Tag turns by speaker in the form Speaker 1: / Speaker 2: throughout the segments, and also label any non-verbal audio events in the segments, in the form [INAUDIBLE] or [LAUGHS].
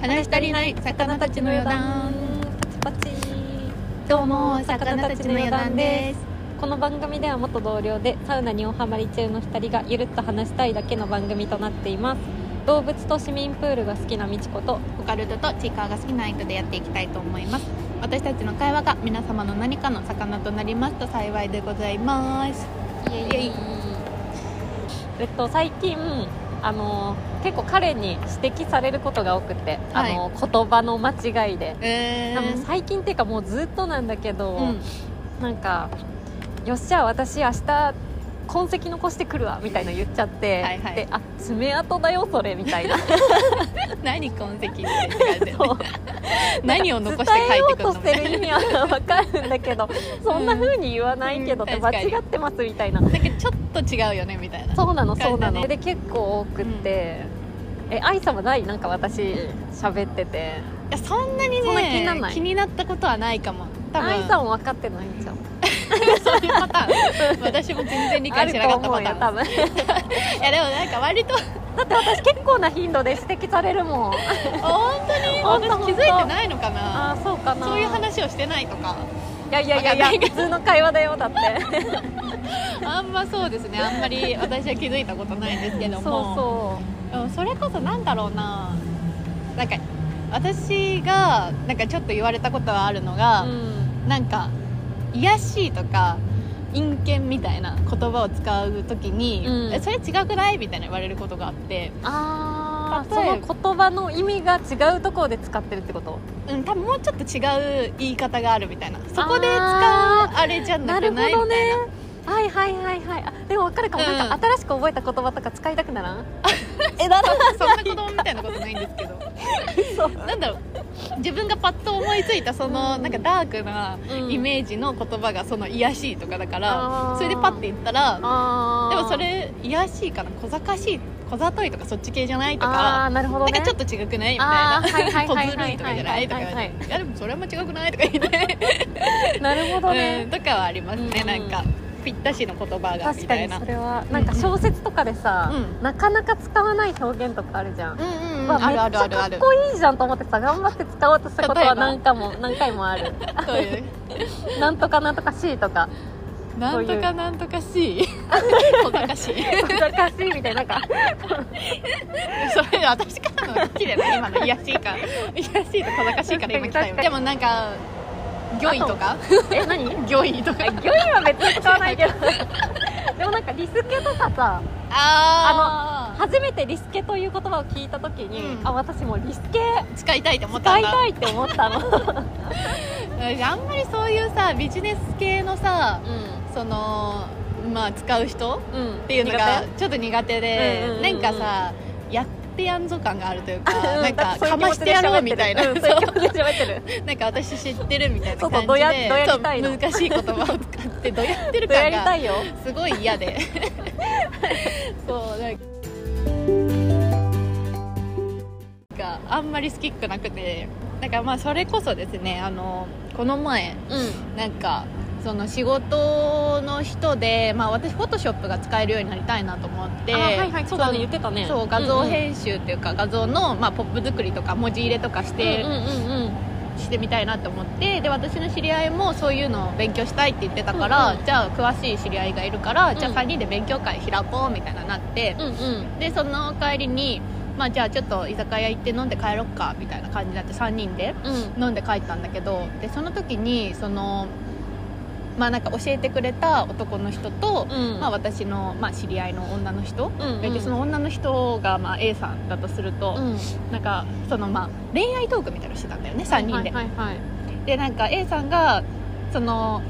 Speaker 1: 話し足りない魚たちの余談
Speaker 2: パチパチ
Speaker 1: どうも魚たちの余談です
Speaker 2: この番組では元同僚でサウナにおハマり中の2人がゆるっと話したいだけの番組となっています動物と市民プールが好きなみちこと
Speaker 1: オカルトとチーカーが好きな人でやっていきたいと思います私たちの会話が皆様の何かの魚となりますと幸いでございます
Speaker 2: イエイイエイえっと最近あの結構彼に指摘されることが多くて、
Speaker 1: はい
Speaker 2: あの言葉の間違いで、
Speaker 1: え
Speaker 2: 多分最近っていうかもうずっとなんだけど、
Speaker 1: うん、
Speaker 2: なんか「よっしゃ私明日痕跡残してくるわ」みたいな言っちゃって「
Speaker 1: はいはい
Speaker 2: であ爪痕だよそれ」みたいな
Speaker 1: 何痕跡って感じ
Speaker 2: そう
Speaker 1: [LAUGHS] 何を残して書いてくるの
Speaker 2: 伝えようとしてる意味は分かるんだけどそんな風に言わないけどって
Speaker 1: うん
Speaker 2: 間
Speaker 1: 確かに
Speaker 2: 違ってますみたいな
Speaker 1: なんかちょっと違うよねみたいな
Speaker 2: そうなのそ
Speaker 1: 感
Speaker 2: うな
Speaker 1: じだね
Speaker 2: ので結構多くって。え、愛様ないなんか私喋ってて
Speaker 1: いやそんなにね
Speaker 2: そんな気にならない
Speaker 1: 気になったことはないかも多分
Speaker 2: 愛さん分かってないんじゃん
Speaker 1: そういうパターン私も全然理解しなかったパターン
Speaker 2: あると思うよ多分
Speaker 1: いやでもなんか割と
Speaker 2: だって私結構な頻度で指摘されるも
Speaker 1: 本
Speaker 2: ん
Speaker 1: 当
Speaker 2: 本
Speaker 1: に
Speaker 2: 当
Speaker 1: 私気づいてないのか
Speaker 2: あ
Speaker 1: な
Speaker 2: ーそうかな
Speaker 1: そういう話をしてないとか
Speaker 2: いやいやいやいや普通の会話だよだって
Speaker 1: [LAUGHS] あんまそうですねあんまり私は気づいたことないんですけど
Speaker 2: そう
Speaker 1: も
Speaker 2: そ
Speaker 1: でもそれこそなんだろうななんか私がなんかちょっと言われたことはあるのが、
Speaker 2: う、うん、
Speaker 1: なんか「癒やしい」とか「陰険」みたいな言葉を使う時に「
Speaker 2: うん
Speaker 1: えそれ違くない?」みたいな言われることがあって、
Speaker 2: あーそ
Speaker 1: 例え
Speaker 2: の言葉の意味が違うところで使ってるってこと
Speaker 1: うん、多分もうちょっと違う言い方があるみたいなそこで使う
Speaker 2: あ
Speaker 1: あれじゃなくない
Speaker 2: なるほど
Speaker 1: み
Speaker 2: ね
Speaker 1: たいな
Speaker 2: はいはいはいはいあでも分かるかも、
Speaker 1: うん
Speaker 2: なんか新しく覚えた言葉とか使いたくならん
Speaker 1: [LAUGHS] えだ [LAUGHS] そそんな子供みたいなことないんですけど
Speaker 2: そう
Speaker 1: なんだろう自分がパッと思いついたその、
Speaker 2: うん
Speaker 1: なんかダークなイ
Speaker 2: ージ
Speaker 1: メージの言葉がその「癒やしい」とかだから、
Speaker 2: あー
Speaker 1: それでパッて言ったらで
Speaker 2: あー
Speaker 1: もそれ「癒やしい」かな「小賢しい」「小ざとい」とかそっち系じゃないとか
Speaker 2: あーなるほど
Speaker 1: な
Speaker 2: ね
Speaker 1: んかちょっと違くないみたい
Speaker 2: あ
Speaker 1: な
Speaker 2: ーはいは
Speaker 1: 「
Speaker 2: い
Speaker 1: 小
Speaker 2: はい
Speaker 1: ず
Speaker 2: は
Speaker 1: る
Speaker 2: い
Speaker 1: い」とかじゃないとか
Speaker 2: はいはいはい
Speaker 1: 「いやでもそれも違くない?」とか言って
Speaker 2: なるほど
Speaker 1: う
Speaker 2: ね
Speaker 1: ん、とかはありますね、
Speaker 2: うん
Speaker 1: なんかぴったしの言葉がみ
Speaker 2: 確か
Speaker 1: たい
Speaker 2: に
Speaker 1: な
Speaker 2: それはなんか小説とかでさ、
Speaker 1: うん
Speaker 2: なかなか使わない表現とかあるじゃん、
Speaker 1: うんうん、う、
Speaker 2: うん
Speaker 1: あるあるあ
Speaker 2: めっち
Speaker 1: る
Speaker 2: ゃ
Speaker 1: あ
Speaker 2: か
Speaker 1: る
Speaker 2: っこいいじゃんと思ってさ頑張って使おうとしたこと
Speaker 1: 例えば
Speaker 2: は何回
Speaker 1: [LAUGHS]
Speaker 2: も何回もある
Speaker 1: そういう
Speaker 2: なんとかなんとか C とか
Speaker 1: なんとかなんとか
Speaker 2: [LAUGHS]
Speaker 1: しい小賢しい
Speaker 2: 難しいみたいななん [LAUGHS] か
Speaker 1: それ私からの綺麗な今の
Speaker 2: [LAUGHS]
Speaker 1: 癒やしいか癒やしいと小賢しいから今来たよ
Speaker 2: 確かに確かに
Speaker 1: でもなんか魚医とか
Speaker 2: え何魚
Speaker 1: 魚医とか
Speaker 2: 類は別に使わないけど [LAUGHS] でもなんかリスケとかさ
Speaker 1: ああ
Speaker 2: 初めてリスケという言葉を聞いた時に、
Speaker 1: うん
Speaker 2: あ私もリスケ
Speaker 1: 使いたいと思った
Speaker 2: 使
Speaker 1: ん
Speaker 2: い
Speaker 1: だ
Speaker 2: たいって思ったの、
Speaker 1: うんあんまりそういうさビジネス系のさ
Speaker 2: う
Speaker 1: そのまあ使う人
Speaker 2: んうん、っ
Speaker 1: っていうのがちょっと苦手で、
Speaker 2: うんうんうん
Speaker 1: なんかさやってやんぞ感があるというか
Speaker 2: う
Speaker 1: なんかかましてやろうみたいな、
Speaker 2: うん、
Speaker 1: そ
Speaker 2: そう
Speaker 1: う
Speaker 2: いう気持ちで喋ってる
Speaker 1: なんか私知ってるみたいな
Speaker 2: そう
Speaker 1: 感
Speaker 2: そ
Speaker 1: じ
Speaker 2: う
Speaker 1: で
Speaker 2: どやどやりたいの
Speaker 1: そう難しい言葉を使ってどやってる
Speaker 2: どうや
Speaker 1: 感
Speaker 2: りた
Speaker 1: が
Speaker 2: いよ
Speaker 1: すごい嫌でそうなんかなんかあんまり好きっくなくてなんかまあそれこそですねあのこの前
Speaker 2: うん
Speaker 1: なんかその仕事の人で、まあ、私フォトショップが使えるようになりたいなと思って
Speaker 2: あはいはいそうだね言ってたね
Speaker 1: そう画像編集っていうか画像の、まあ、ポップ作りとか文字入れとかして、
Speaker 2: うんうんうんうん
Speaker 1: してみたいなと思ってで私の知り合いもそういうのを勉強したいって言ってたから、
Speaker 2: うんうん
Speaker 1: じゃあ詳しい知り合いがいるから、じゃあ
Speaker 2: うん
Speaker 1: 3人で勉強会開こうみたいななって、
Speaker 2: うんうん
Speaker 1: でその帰りに、まあ、じゃあちょっと居酒屋行って飲んで帰ろっかみたいな感じになって3人で
Speaker 2: うん
Speaker 1: 飲んで帰ったんだけどでその時にそのまあなんか教えてくれた男の人と、
Speaker 2: うん
Speaker 1: まあ、私の、まあ、知り合いの女の人
Speaker 2: うんうん
Speaker 1: がいてその女の人がまあ A さんだとすると、
Speaker 2: うん
Speaker 1: なんかそのまあ恋愛トークみたいなのしてたんだよね3人で、
Speaker 2: はいはいはい
Speaker 1: でなんか A さんがその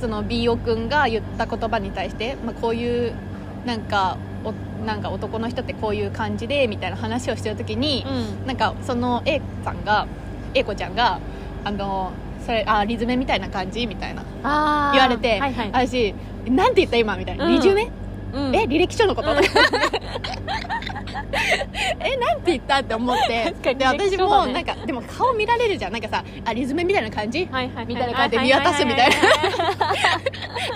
Speaker 1: その B く君が言った言葉に対して、まあ、こういうなんかおなんか男の人ってこういう感じでみたいな話をしてる時に、
Speaker 2: うん
Speaker 1: なんかその A さんが A 子ちゃんがあのそれあリズメみたいな感じみたいな
Speaker 2: あー
Speaker 1: 言われて
Speaker 2: はいはい
Speaker 1: 私なんて言った今みたいな、
Speaker 2: うん
Speaker 1: リズメ
Speaker 2: うん
Speaker 1: え履歴書のこと、
Speaker 2: うん
Speaker 1: えなんて言ったって思って
Speaker 2: かに
Speaker 1: で
Speaker 2: 履歴
Speaker 1: 私
Speaker 2: 書だ
Speaker 1: も
Speaker 2: ね
Speaker 1: なんかでも顔見られるじゃんなんかさあリズメみたいな感じ
Speaker 2: はいは
Speaker 1: [LAUGHS]
Speaker 2: い
Speaker 1: みたいな感じで見渡すみたいな [LAUGHS]
Speaker 2: な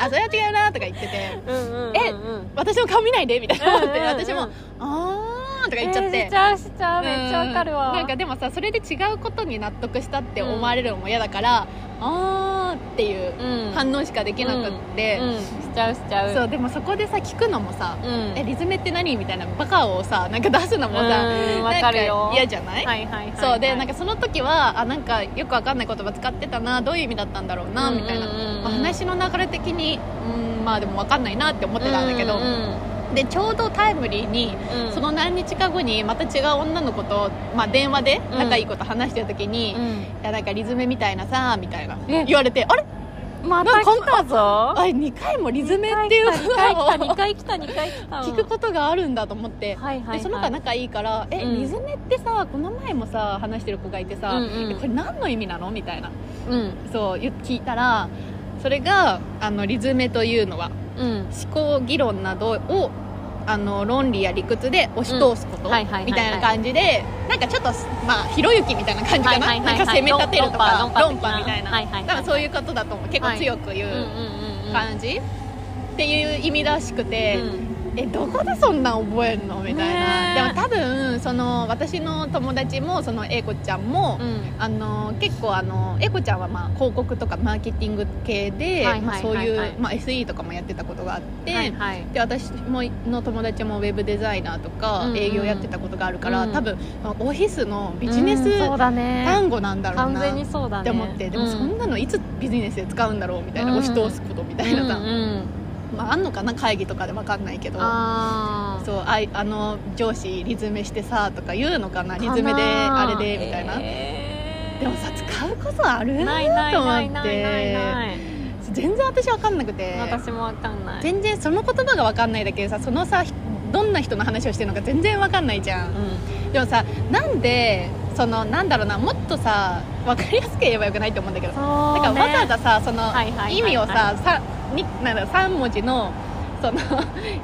Speaker 1: あそれは違うなとか言ってて
Speaker 2: うんうんうんうん
Speaker 1: 私の顔見ないでみたいな思って、私も
Speaker 2: うん
Speaker 1: あーンとか言っちゃって、
Speaker 2: えーしちゃうしちゃうめっちゃわかるわ
Speaker 1: うんなんかでもさそれで違うことに納得したって思われるのも嫌だから、あーっていう
Speaker 2: うん
Speaker 1: 反応しかできなくって、
Speaker 2: うんしちゃうしちゃう
Speaker 1: そうでもそこでさ聞くのもさ「
Speaker 2: うん
Speaker 1: えリズムって何?」みたいなバカをさなんか出すのもさ、
Speaker 2: うん
Speaker 1: なん
Speaker 2: わかるよ
Speaker 1: 嫌じゃない、
Speaker 2: はいはいはいはい
Speaker 1: そうでなんかその時はあなんかよくわかんない言葉使ってたなどういう意味だったんだろうな、みたいな、
Speaker 2: うんうんうん
Speaker 1: まあ、話の流れ的にうんまあでもわかんないなって思ってたんだけど、
Speaker 2: うん
Speaker 1: でちょうどタイムリーに
Speaker 2: うんうん
Speaker 1: その何日か後にまた違う女の子と、まあ、電話で
Speaker 2: うん
Speaker 1: 仲いい子と話してる時に「い
Speaker 2: うん
Speaker 1: やなんかリズムみたいなさ」みたいな
Speaker 2: え
Speaker 1: 言われて「あれ
Speaker 2: また来たぞ
Speaker 1: あ2回もリズムっていう
Speaker 2: 2回来た
Speaker 1: のを
Speaker 2: 2回来た2回来た
Speaker 1: [LAUGHS] 聞くことがあるんだ」と思って。
Speaker 2: はいはいはい
Speaker 1: でその子は仲いいから「え、
Speaker 2: うん
Speaker 1: リズムってさこの前もさ話してる子がいてさ、
Speaker 2: うんうん
Speaker 1: えこれ何の意味なの?」みたいな
Speaker 2: うん
Speaker 1: そう言聞いたらそれがあのリズムというのは
Speaker 2: うん
Speaker 1: 思考議論などをあの論理や理屈で押し通すことみ
Speaker 2: うんは
Speaker 1: た
Speaker 2: い
Speaker 1: い
Speaker 2: はいはいはい
Speaker 1: な感じでなんかちょっとまあひろゆきみたいな感じか
Speaker 2: は
Speaker 1: ない
Speaker 2: はい
Speaker 1: な
Speaker 2: はい
Speaker 1: ん
Speaker 2: は
Speaker 1: か
Speaker 2: い
Speaker 1: 攻め立てるとか
Speaker 2: 論
Speaker 1: 論
Speaker 2: 破
Speaker 1: 破
Speaker 2: 論破的な
Speaker 1: みたいな
Speaker 2: はいはいはい
Speaker 1: 多分そういうことだと思う結構強く言
Speaker 2: うんうん
Speaker 1: う
Speaker 2: うんうん
Speaker 1: 感じっていう意味らしくて
Speaker 2: うん
Speaker 1: えどこでそんなん覚えるのみたいな
Speaker 2: ねえ
Speaker 1: でも多分その私の友達もその英子ちゃんも
Speaker 2: うん
Speaker 1: あの結構あのエコちゃんはまあ広告とかマーケティング系で
Speaker 2: はいはいはいはい
Speaker 1: まあそういう、まあ、SE とかもやってたことがあって、
Speaker 2: はいはい
Speaker 1: で私もの友達もウェブデザイナーと
Speaker 2: うん
Speaker 1: か
Speaker 2: うん
Speaker 1: 営業やってたことがあるから、
Speaker 2: うん
Speaker 1: 多分オフィスのビジネス
Speaker 2: うんそうだね
Speaker 1: 単語なんだろう
Speaker 2: 完
Speaker 1: な
Speaker 2: 全に
Speaker 1: っ
Speaker 2: そうだね
Speaker 1: て思って、でもそんなのいつビジネスで使うんだろうみたいな、
Speaker 2: うん
Speaker 1: 押し通すことみたいなさ、
Speaker 2: うんうん
Speaker 1: まあ、あんのかな会議とかで分かんないけど。
Speaker 2: あー
Speaker 1: そうあいあの上司リズムしてさとか言うのかなリズムで
Speaker 2: かな
Speaker 1: あれでみたいな、
Speaker 2: えー
Speaker 1: でもさ使うことある
Speaker 2: ないない
Speaker 1: と思っ
Speaker 2: な
Speaker 1: て
Speaker 2: いないないない
Speaker 1: 全然私分かんなくて
Speaker 2: 私もわかんない
Speaker 1: 全然その言葉が分かんないだけでさそのさどんな人の話をしてるのか全然分かんないじゃんでもさなんでそのなんだろうなもっっとさ分かりやすく言えばよくないって思うんだけどだ
Speaker 2: そう
Speaker 1: からわざわざ
Speaker 2: ざ
Speaker 1: さその
Speaker 2: はいはいはいはい
Speaker 1: 意味をささになんだ3文字のその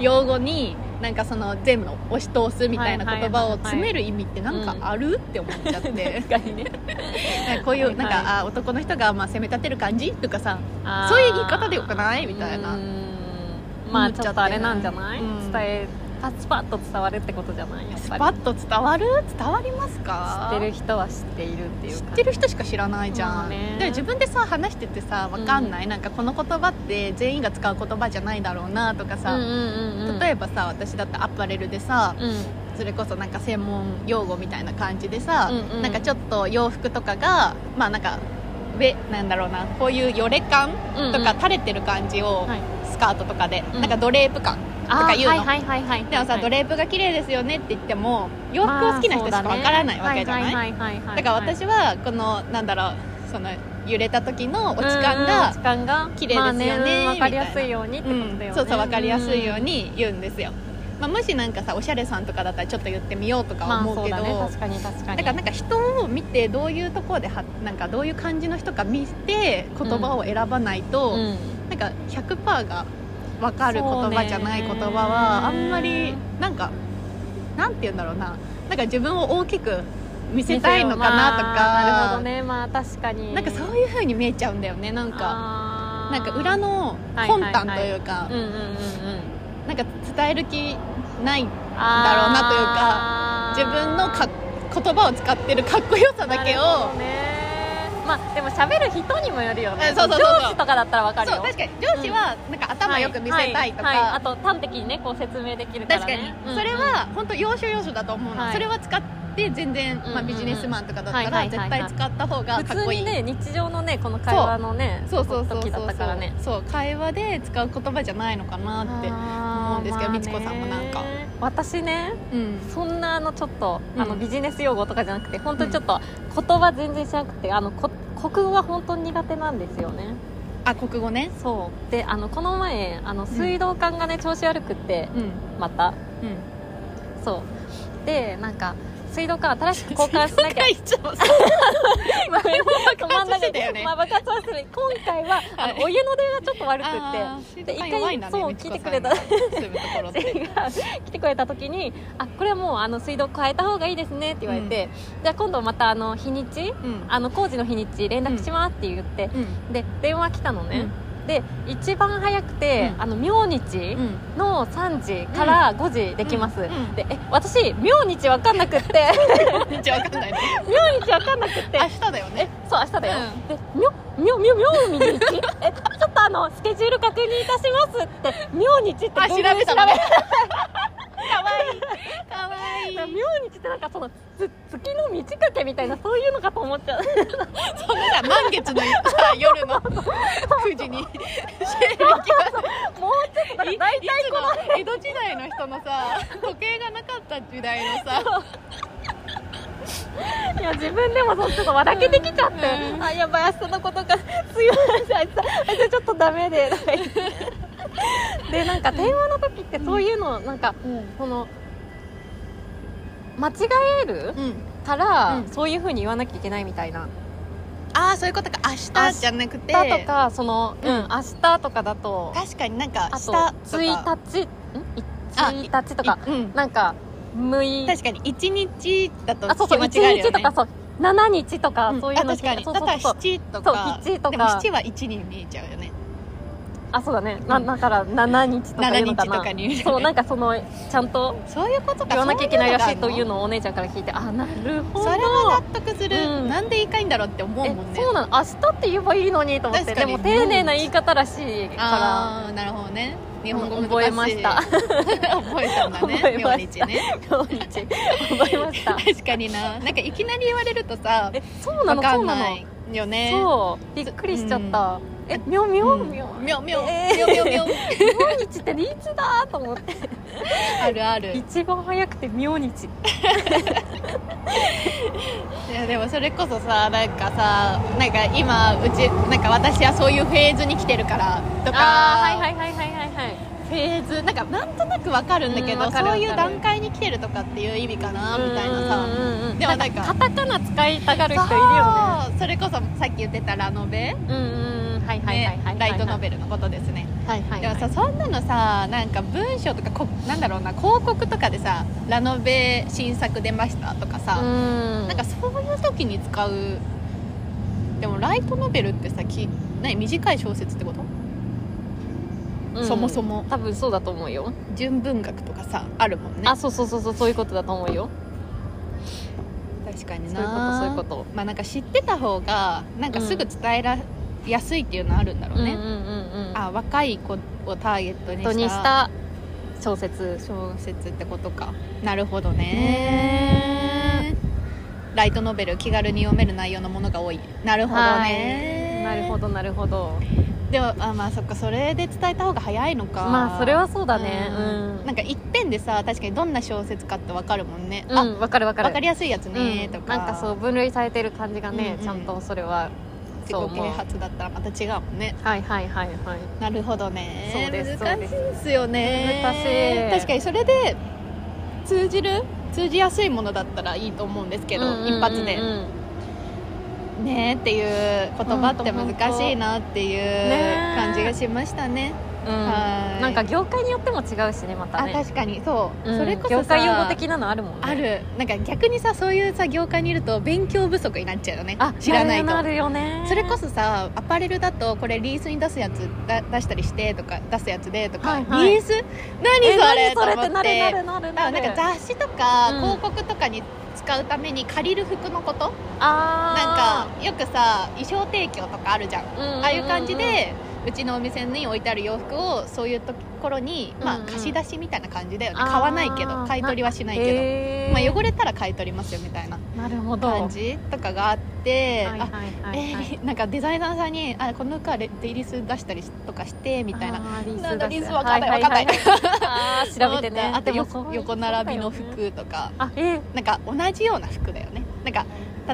Speaker 1: 用語になんかその全部押し通すみたいな言葉を詰める意味ってなんかあるって思っちゃって
Speaker 2: [LAUGHS] 確かにね
Speaker 1: なんか [LAUGHS] こうい
Speaker 2: は
Speaker 1: う
Speaker 2: いは
Speaker 1: ないんかあ男の人がまあ攻め立てる感じとかさそういう言い方でよくないみたいな
Speaker 2: うーんまあちょっとあれなんじゃない、
Speaker 1: うん
Speaker 2: 伝えパスパッと伝わるってことじゃないやっ
Speaker 1: ス
Speaker 2: ぱ
Speaker 1: パ
Speaker 2: り
Speaker 1: ッと伝わる伝わりますか
Speaker 2: 知ってる人は知っているっていう
Speaker 1: 知
Speaker 2: か
Speaker 1: ってる人しか知らないじゃ
Speaker 2: まあ
Speaker 1: ん、
Speaker 2: ね
Speaker 1: で自分でさ話しててさわかんない、なんかこの言葉って全員が使う言葉じゃないだろうなとかさ、
Speaker 2: うんうんうんうん、
Speaker 1: 例え
Speaker 2: え
Speaker 1: ばさ私だってアパレルでさ
Speaker 2: ば、うん
Speaker 1: それこそなんか専門用語みたいな感じでさ、
Speaker 2: うんうん
Speaker 1: なんかちょっと洋服とかがまあなんか上なんだろうなこういうよれ感
Speaker 2: うんうん
Speaker 1: とか垂れてる感じを、
Speaker 2: はい
Speaker 1: スカートとかで、
Speaker 2: うん
Speaker 1: なんかドレープ感と
Speaker 2: あ
Speaker 1: か言うの、
Speaker 2: はいはいはいはいはい
Speaker 1: でもさ、ドレープが綺麗ですよねって言っても洋服を好きな人しかわからないわけじゃない、
Speaker 2: いだね
Speaker 1: だから私はこのなんだろうその揺れた時の落ち感
Speaker 2: 落
Speaker 1: が
Speaker 2: ち、感が
Speaker 1: 綺麗ですよね
Speaker 2: まあわかり
Speaker 1: みたいな
Speaker 2: やすいようにって
Speaker 1: う
Speaker 2: こ
Speaker 1: ん
Speaker 2: とだよね、
Speaker 1: そうそう分かりやすいように言うんですよ、まあ、もしなんかさおしゃれさんとかだったらちょっと言ってみようとか
Speaker 2: まあ
Speaker 1: 思う
Speaker 2: そう
Speaker 1: けど、
Speaker 2: だね確かに確かに
Speaker 1: だからなんか人を見てどういうところではなんかどういう感じの人か見て言葉を選ばないと、
Speaker 2: うん
Speaker 1: なんか100%が分かる言葉じゃない言葉はあ
Speaker 2: そうね
Speaker 1: んまりなんかなんて言うんだろうななんか自分を大きく見せたいのかなとか、
Speaker 2: まあなるほどねまあ確かに
Speaker 1: なんかそういう風に見えちゃうんだよねなんか
Speaker 2: か
Speaker 1: なんか裏の魂胆というか、
Speaker 2: うんうんうんうん
Speaker 1: なんか伝える気ないろ
Speaker 2: だ
Speaker 1: うなというか自分のか言葉を使ってるかっこよさだけを
Speaker 2: まあでも喋る人にもよるよね
Speaker 1: うんそうそうそうそう
Speaker 2: 上司とかだったらわかるよ
Speaker 1: そう確かに上司はなんか頭よく見せたいとか、
Speaker 2: はいはいあと端的にねこう説明できるから、
Speaker 1: 確かに
Speaker 2: ね、
Speaker 1: それは本当要所要所だと思うの、
Speaker 2: はい
Speaker 1: それは使って全然、
Speaker 2: うん
Speaker 1: まあ、ビジネスマンとかだった
Speaker 2: はい
Speaker 1: ら
Speaker 2: はいは
Speaker 1: 絶
Speaker 2: いはい
Speaker 1: 対使った方
Speaker 2: うん
Speaker 1: が
Speaker 2: 普
Speaker 1: か
Speaker 2: 通
Speaker 1: っこい
Speaker 2: に
Speaker 1: い
Speaker 2: ね日常のねこの会話のね
Speaker 1: そうそうそうそ
Speaker 2: 時
Speaker 1: う
Speaker 2: だ
Speaker 1: そ
Speaker 2: ったからね
Speaker 1: うそう会話で使う言葉じゃないのかなって
Speaker 2: 思
Speaker 1: うんですけどみちこさんもなんか
Speaker 2: 私ね
Speaker 1: うん
Speaker 2: そんなあのちょっと、
Speaker 1: うん
Speaker 2: あのビジネス用語とかじゃなくて本当にちょっと言葉全然しなくてあのこ国語が本当に苦手なんですよね
Speaker 1: あ国語ね
Speaker 2: そうであのこの前あの水道管がね、調子悪くって
Speaker 1: うんうん
Speaker 2: またそうでなんか水道管新しく交換し
Speaker 1: [LAUGHS]
Speaker 2: なきゃ
Speaker 1: いつも
Speaker 2: 今
Speaker 1: 爆発してたよね
Speaker 2: まあ、爆発はする今回はあの、
Speaker 1: はい
Speaker 2: お湯の電話ちょっと悪くってで
Speaker 1: で
Speaker 2: 一回
Speaker 1: 一回
Speaker 2: そう来てくれた
Speaker 1: 住むところっ
Speaker 2: 先生
Speaker 1: て
Speaker 2: が来てくれた時に「あこれはもうあの水道変えた方がいいですね」って言われて、じゃあ今度またあの日にち
Speaker 1: うん
Speaker 2: あの工事の日にち連絡しますって言って、
Speaker 1: うん
Speaker 2: で電話来たのね、で一番早くて、
Speaker 1: うん
Speaker 2: あの明日
Speaker 1: うん
Speaker 2: の3時から5時できます、
Speaker 1: うんうん
Speaker 2: でえ私明日わかんなくって
Speaker 1: 日わかんないね
Speaker 2: 明日わかんなくっ
Speaker 1: [LAUGHS]
Speaker 2: て
Speaker 1: 明日だよ
Speaker 2: え
Speaker 1: ね
Speaker 2: そう明日だよ、で妙妙妙妙日にえちょっとあのスケジュール確認いたしますって妙日って
Speaker 1: あ調べたのね
Speaker 2: かわ
Speaker 1: かわい
Speaker 2: 妙日ってなんかそのつ月の満ち欠けみたいなそういうのかと思っちゃう
Speaker 1: そんなさ満月のさ夜の9時に
Speaker 2: もうちょっとだから
Speaker 1: い
Speaker 2: 大
Speaker 1: つ
Speaker 2: 体
Speaker 1: の江戸時代の人のさ時計がなかった時代のさ
Speaker 2: いや自分でもそうちょっと笑けてきちゃって、
Speaker 1: うんうん
Speaker 2: あやばい明日のことかすいませんあいつあいつちょっとダメでとか言ってでなんか電話の時ってそういうのなんか
Speaker 1: うん
Speaker 2: この間違える
Speaker 1: うん
Speaker 2: から、
Speaker 1: うん
Speaker 2: そういうふうに言わなきゃいけないみたいな
Speaker 1: ああそういうことか明日じゃなくて
Speaker 2: だとかその、うん
Speaker 1: うん
Speaker 2: 明日とかだと
Speaker 1: 確かになんか
Speaker 2: あと
Speaker 1: 下とか
Speaker 2: 1日んい
Speaker 1: あ
Speaker 2: 1日とか
Speaker 1: いうん
Speaker 2: なんか6日
Speaker 1: 確かに1日だと
Speaker 2: あそうそう
Speaker 1: 聞き間違えるよ
Speaker 2: 1日と
Speaker 1: ね
Speaker 2: かそう7日とか、
Speaker 1: うん
Speaker 2: そういうの
Speaker 1: あ確かに
Speaker 2: そ
Speaker 1: だ
Speaker 2: う
Speaker 1: った
Speaker 2: そう
Speaker 1: ら
Speaker 2: そう
Speaker 1: 七とか
Speaker 2: そう吉とか
Speaker 1: でも七は一に見えちゃうよね
Speaker 2: あそうだね、な
Speaker 1: うん
Speaker 2: だから7日とか
Speaker 1: 7
Speaker 2: 言うの
Speaker 1: 日
Speaker 2: か
Speaker 1: と
Speaker 2: な
Speaker 1: かに見える
Speaker 2: そう
Speaker 1: よ
Speaker 2: なん
Speaker 1: ね
Speaker 2: かそのちゃんと
Speaker 1: そういうことか
Speaker 2: 言わなきゃいけないらしいという
Speaker 1: の
Speaker 2: のをお姉ちゃんから聞いてあなるほど
Speaker 1: それは納得する
Speaker 2: うん
Speaker 1: なんで言いかいんだろうって思うもん
Speaker 2: え
Speaker 1: ね
Speaker 2: そうなの明日って言えばいいのにと思って
Speaker 1: 確か
Speaker 2: で
Speaker 1: に
Speaker 2: も丁寧な言い方らしいから
Speaker 1: ああーなるほどね日本語
Speaker 2: うん
Speaker 1: 難しい
Speaker 2: 覚えました [LAUGHS]
Speaker 1: 覚えたんだ
Speaker 2: 覚
Speaker 1: ね
Speaker 2: え
Speaker 1: 明
Speaker 2: まし
Speaker 1: 日
Speaker 2: た
Speaker 1: ね
Speaker 2: 覚えました
Speaker 1: 確かにななんかいきなり言われるとさ
Speaker 2: えそうな
Speaker 1: わ
Speaker 2: の
Speaker 1: か
Speaker 2: そうんな
Speaker 1: な
Speaker 2: の
Speaker 1: いよね
Speaker 2: そうびっくりしちゃった、えみょみょみょ
Speaker 1: みょみょ
Speaker 2: えー
Speaker 1: みょみょみょ
Speaker 2: 明日っていつだと思って
Speaker 1: あるある
Speaker 2: 一番早くて明日
Speaker 1: いやでもそれこそさなんかさなんか今うちなんか私はそういうフェーズに来てるからとか
Speaker 2: あーはいはいはいはいはいはい
Speaker 1: フェーズなんかなんとなくわかるんだけ
Speaker 2: うん
Speaker 1: ど、
Speaker 2: わかる
Speaker 1: そういう
Speaker 2: わかる
Speaker 1: 段階に来てるとかっていう意味かなみたいな
Speaker 2: うん
Speaker 1: さ
Speaker 2: うんうん
Speaker 1: でもなんか
Speaker 2: カタカナ使いたがる人いるよね
Speaker 1: そうそれこそさっき言ってたラノベ、
Speaker 2: うんうんうんはいはいはいはい
Speaker 1: ね
Speaker 2: はいはい
Speaker 1: ライトノベルのことですね、
Speaker 2: はいはい
Speaker 1: で
Speaker 2: は
Speaker 1: も
Speaker 2: い
Speaker 1: さそんなのさなんか文章とかこなんだろうな広告とかでさラノベ新作出ましたとかさ、
Speaker 2: うん
Speaker 1: なんかそういう時に使うでもライトノベルってさき何短い小説ってこと
Speaker 2: うん
Speaker 1: そもそも
Speaker 2: 多分そうだと思うよ
Speaker 1: 純文学とかさあるもんね
Speaker 2: あそうそうそうそうそういうことだと思うよ
Speaker 1: 確かに
Speaker 2: そういうことそういうこと
Speaker 1: まあなんか知ってた方がなんかすぐ伝えら、やすいっていうのあるんだろうね、
Speaker 2: うんうんうんうん
Speaker 1: あ若い子をターゲットに
Speaker 2: とに
Speaker 1: し
Speaker 2: したた小説
Speaker 1: 小説ってことかなるほど
Speaker 2: ね
Speaker 1: ねライトノベル気軽に読める内容のものが多いなるほどね、
Speaker 2: なるほどなるほど
Speaker 1: でもあまあそっかそれで伝えた方が早いのか
Speaker 2: まあそれはそうだね
Speaker 1: う
Speaker 2: うんん
Speaker 1: なんか一点でさ確かにどんな小説かってわかるもんね、
Speaker 2: う
Speaker 1: あ
Speaker 2: んわかるわかる
Speaker 1: わかりやすいやつね
Speaker 2: う
Speaker 1: と
Speaker 2: ん
Speaker 1: か、
Speaker 2: なんかそう分類されてる感じがね
Speaker 1: うんうん
Speaker 2: ちゃんとそれは
Speaker 1: 自
Speaker 2: そう
Speaker 1: 己
Speaker 2: 思う
Speaker 1: 啓発だったらまた違うもんね
Speaker 2: はいはいはいはい
Speaker 1: なるほどね
Speaker 2: そうです
Speaker 1: 難しいですよね
Speaker 2: 難しい
Speaker 1: 確かにそれで通じる通じやすいものだったらいいと思うんですけど、
Speaker 2: うんうんうんうん
Speaker 1: 一発で「ね」っていう言葉って
Speaker 2: ほんと
Speaker 1: 難しいなってい
Speaker 2: ね
Speaker 1: う感じがしましたね
Speaker 2: うん
Speaker 1: はい
Speaker 2: なんか業界によっても違うしねまた
Speaker 1: あ
Speaker 2: ね
Speaker 1: 確かにそう、
Speaker 2: うん
Speaker 1: それこそさ
Speaker 2: 業界用語的なのあるもんね
Speaker 1: あるなんか逆にさそういうさ業界にいると勉強不足になっちゃうよね
Speaker 2: あ
Speaker 1: 知らないと
Speaker 2: あるよね
Speaker 1: それこそさアパレルだとこれリースに出すやつだ出したりしてとか出すやつでとか、
Speaker 2: はいはい
Speaker 1: リース何
Speaker 2: え
Speaker 1: それ
Speaker 2: 何それって
Speaker 1: と思
Speaker 2: な
Speaker 1: っ
Speaker 2: る
Speaker 1: て
Speaker 2: なるなるな
Speaker 1: あ
Speaker 2: る
Speaker 1: なんか雑誌とか
Speaker 2: うん
Speaker 1: 広告とかに使うために借りる服のこと、なん
Speaker 2: あ
Speaker 1: かよくさ衣装提供とかあるじゃん、
Speaker 2: ーうんうんうん
Speaker 1: ああいう感じでうちのお店に置いてある洋服をそういうところに、まあ
Speaker 2: うんうん
Speaker 1: 貸し出しみたいな感じだよね
Speaker 2: あー
Speaker 1: 買わないけど買い取りはしないけど、
Speaker 2: へ
Speaker 1: ま
Speaker 2: ー
Speaker 1: あ、汚れたら買い取りますよみたいな
Speaker 2: なるほど
Speaker 1: 感じとかがあって、
Speaker 2: はいはいは
Speaker 1: あ
Speaker 2: いはい
Speaker 1: えーなんかデザイナーさんに「あこの服はレデイリス出したりとかして」みたいな
Speaker 2: あーリース
Speaker 1: なんだリース
Speaker 2: わ
Speaker 1: わかんないわかんない
Speaker 2: あー調べてね
Speaker 1: あと横
Speaker 2: 横
Speaker 1: 横並びの服とか、
Speaker 2: あえー
Speaker 1: なんか同じような服だよねなんか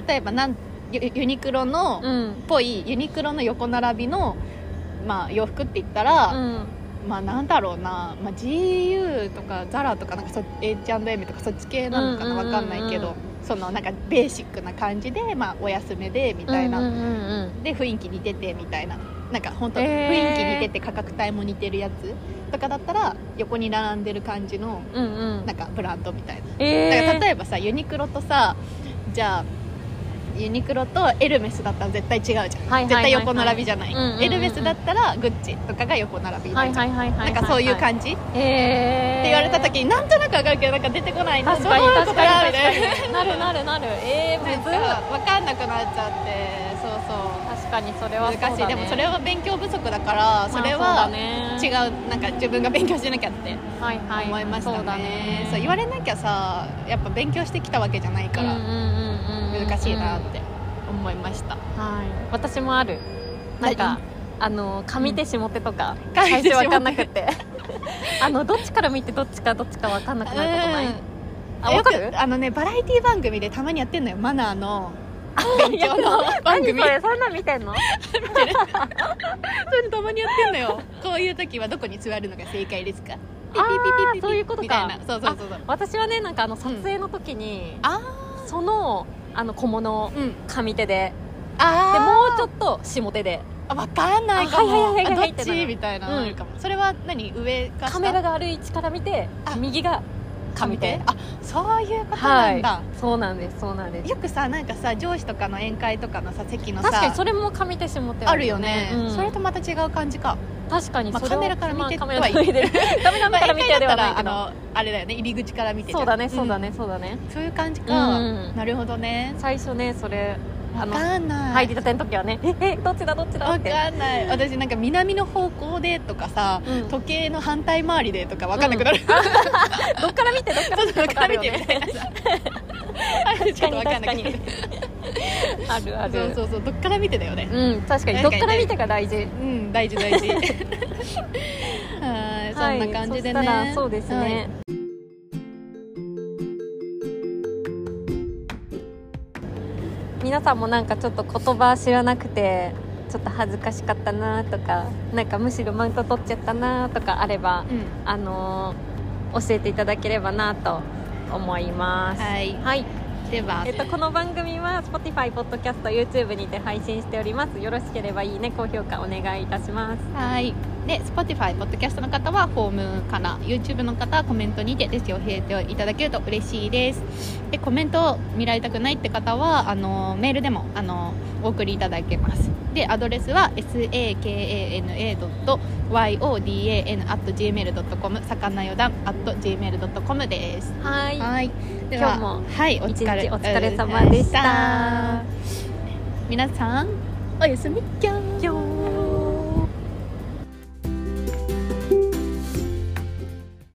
Speaker 1: 例えばなんユユニクロの
Speaker 2: う
Speaker 1: っ
Speaker 2: ん
Speaker 1: ぽいユニクロの横並びの、まあ、洋服って言ったら、
Speaker 2: うん
Speaker 1: まあなんだろうな、まあ、GU とか ZARA とかなんかそ H&M とかそっち系なのか
Speaker 2: うん
Speaker 1: な
Speaker 2: うんうんう
Speaker 1: わ
Speaker 2: ん
Speaker 1: かんないけどそのなんかベーシックな感じで、まあ、お安めでみ
Speaker 2: み
Speaker 1: たいな、
Speaker 2: うんうんうん
Speaker 1: で雰囲気似ててみたいななんか本当
Speaker 2: え
Speaker 1: 雰
Speaker 2: ー
Speaker 1: 囲気似てて価格帯も似てるやつとかだったら横に並んでる感じの
Speaker 2: うんうんうん
Speaker 1: なんかブランドみたいな、
Speaker 2: えー
Speaker 1: だから例えばさユニクロとさじゃあユニクロとエルメスだったら絶対違うじゃん、
Speaker 2: はいはいはいはい
Speaker 1: 絶対横並びじゃない,、
Speaker 2: うんうんうん
Speaker 1: エルメスだったらグッチとかが横並びにな
Speaker 2: は
Speaker 1: る
Speaker 2: い
Speaker 1: じゃ
Speaker 2: はいはいはい
Speaker 1: んなんかそういう
Speaker 2: じ
Speaker 1: 感じ、
Speaker 2: って言
Speaker 1: って言われた時になんとなくわかるけどなんか出てこないな
Speaker 2: 確かに
Speaker 1: どういうこ
Speaker 2: 確
Speaker 1: とだ
Speaker 2: か
Speaker 1: みた
Speaker 2: に
Speaker 1: いな
Speaker 2: 確かになるなるなるえー、
Speaker 1: なん
Speaker 2: む
Speaker 1: か
Speaker 2: ずっ
Speaker 1: 分かんなくなっちゃってそうそう
Speaker 2: 確かにそれは
Speaker 1: 難
Speaker 2: そう
Speaker 1: し
Speaker 2: だ、
Speaker 1: い、
Speaker 2: ね、
Speaker 1: でもそれは勉強不足だからそれ
Speaker 2: ま
Speaker 1: は
Speaker 2: あそうだね
Speaker 1: 違うなんか自分が勉強しなきゃって
Speaker 2: はいはい
Speaker 1: 思いましたね,、
Speaker 2: そうだね
Speaker 1: そう言われなきゃさやっぱ勉強してきたわけじゃないから難
Speaker 2: 難
Speaker 1: しいなって思いました、
Speaker 2: はい私もあるなんか、
Speaker 1: はい
Speaker 2: あの紙手下手とか、
Speaker 1: 紙
Speaker 2: 最
Speaker 1: 手下
Speaker 2: 初
Speaker 1: 手
Speaker 2: 分かんなくてあのどっちから見てどっちかどっちか分かんなくなることない、
Speaker 1: うん
Speaker 2: あ分かる
Speaker 1: よくあのねバラエティ番組でたまにやってんのよマナーの
Speaker 2: [LAUGHS]
Speaker 1: 勉強の番
Speaker 2: 何
Speaker 1: 組
Speaker 2: それそんなん見
Speaker 1: [LAUGHS]
Speaker 2: てんの
Speaker 1: そういうのたまにやってんの
Speaker 2: [LAUGHS]
Speaker 1: よこういう時はどこに座るのが正解ですかピピピピピピ
Speaker 2: あーそういうことか
Speaker 1: みたいなそうそうそうそう
Speaker 2: 私はねなんかあの撮影の時に、
Speaker 1: あ
Speaker 2: そのあの小物を
Speaker 1: ーうん
Speaker 2: 紙手でで
Speaker 1: あ
Speaker 2: もうちょっと下手で
Speaker 1: あ分かんないかも
Speaker 2: あはいはいはいはい
Speaker 1: あどっちみたいなのあるかも、それは何上か下
Speaker 2: カメラがある位置から見て
Speaker 1: あ
Speaker 2: 右が紙手
Speaker 1: あそういうことなんだ、
Speaker 2: そうなんですそうなんです
Speaker 1: よくさなんかさ上司とかの宴会とかのさ席のさ
Speaker 2: 確かにそれも紙手下手
Speaker 1: あるよね、
Speaker 2: うん
Speaker 1: それとまた違う感じか
Speaker 2: 確かに
Speaker 1: まあ
Speaker 2: それを
Speaker 1: カメラから見て
Speaker 2: まあカメ
Speaker 1: とは
Speaker 2: ラ
Speaker 1: 言う [LAUGHS]
Speaker 2: から見てカメラ
Speaker 1: まあ
Speaker 2: から見
Speaker 1: 宴会
Speaker 2: て
Speaker 1: だ
Speaker 2: で
Speaker 1: った
Speaker 2: はな
Speaker 1: ら
Speaker 2: いけ
Speaker 1: あ
Speaker 2: ど
Speaker 1: のあれだよね入り口から見てじゃん
Speaker 2: そうだねそうだねそうだね
Speaker 1: うんそういう感じか、
Speaker 2: うん
Speaker 1: なるほどね
Speaker 2: 最初ねそれあ
Speaker 1: 分
Speaker 2: の
Speaker 1: かんない
Speaker 2: 入りたての時はねええどっちだどっちだっ
Speaker 1: 分
Speaker 2: て
Speaker 1: かんない私なんか南の方向でとかさ、
Speaker 2: うん
Speaker 1: 時計の反対回りでとか分かんなくなる、
Speaker 2: どっから見てどっから
Speaker 1: そ
Speaker 2: 見て
Speaker 1: う
Speaker 2: と
Speaker 1: 分
Speaker 2: かあ
Speaker 1: か
Speaker 2: る
Speaker 1: れて
Speaker 2: よ
Speaker 1: み
Speaker 2: ね
Speaker 1: た [LAUGHS] いなさあれちょっと分かんなくなる
Speaker 2: あるあ
Speaker 1: そう
Speaker 2: る
Speaker 1: そうそうどっから見てだよね
Speaker 2: うん確かにど
Speaker 1: 確かに
Speaker 2: っから見てが大事
Speaker 1: うん大事大
Speaker 2: [LAUGHS]
Speaker 1: 事はい
Speaker 2: はい
Speaker 1: そんな感じでね
Speaker 2: そしたらそうですね皆さんもなんかちょっと言葉知らなくてちょっと恥ずかしかったなとかなんかむしろマウント取っちゃったなとかあれば
Speaker 1: はい、うん
Speaker 2: あのー教えていただければなと思います。
Speaker 1: はい
Speaker 2: はい
Speaker 1: では
Speaker 2: えっと、この番組は Spotify、Podcast、YouTube にて配信しております。よろしければいいね、高評価お願いいたします。
Speaker 1: はいで Spotify ポッドキャストの方はフォームから YouTube の方はコメントにてぜひ教えていただけると嬉しいですでコメントを見られたくないって方はあのメールでもあのお送りいただけますでアドレスは sakana.yodan.gmail.com 魚よだん .gmail.com です
Speaker 2: はい。
Speaker 1: はい、で
Speaker 2: 今
Speaker 1: は
Speaker 2: 日も
Speaker 1: はい、お
Speaker 2: 一
Speaker 1: 疲れ
Speaker 2: 日お疲れ様でした。
Speaker 1: 皆さんおやすみきょん
Speaker 2: きょん